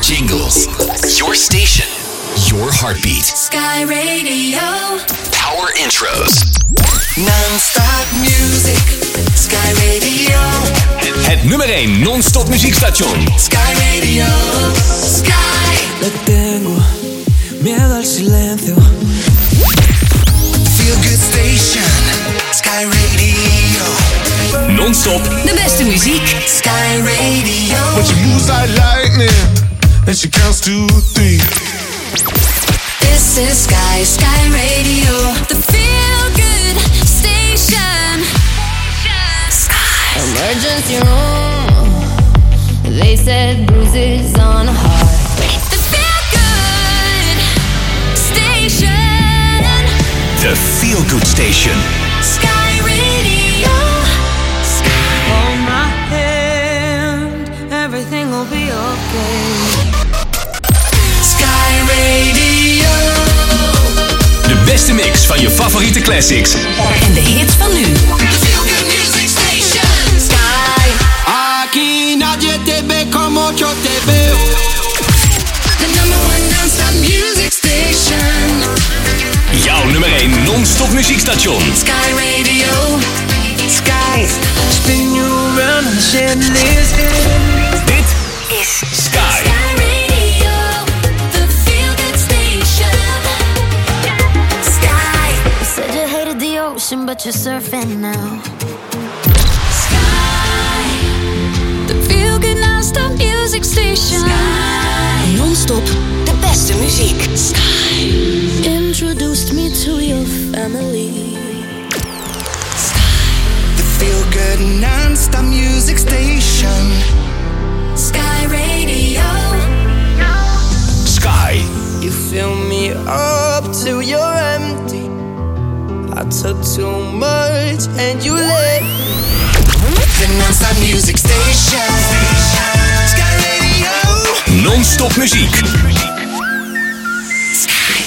Jingles. Your station. Your heartbeat. Sky Radio. Power intros. Non-stop music. Sky Radio. Het nummer 1 non-stop muziekstation. Sky Radio. Sky. Le tengo miedo al silencio. Feel good station. Sky Radio. Non-stop. De beste muziek. Sky Radio. But she moves like lightning, and she counts to three. This is Sky. Sky Radio. The feel good station. Sky. Emergency room. They said bruises on a heart. The feel good station. The Feel Good Station. Sky Radio. Sky. Hold my hand. Everything will be okay. Sky Radio. De beste mix van je favoriete classics. En de hits van nu. The feel good music station. Sky. Aquí nadie te ve como yo te veo. The number one non-stop music station. Jouw nummer 1 non-stop muziekstation. Sky Radio. Sky. Spin you around and shit this Dit is Sky. Sky Radio. The feel good station. Sky. You said you hated the ocean, but you're surfing now. Sky. The feel good non-stop music station. Sky. Non-stop. De beste muziek. Introduced me to your family. The feel good non-stop music station. Sky Radio. Sky. You fill me up till you're empty. I took too much and you left. The non-stop music station. Sky Radio. Non-stop muziek.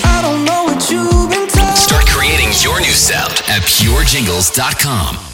I don't know what you've been told. Start creating your new sound at purejingles.com.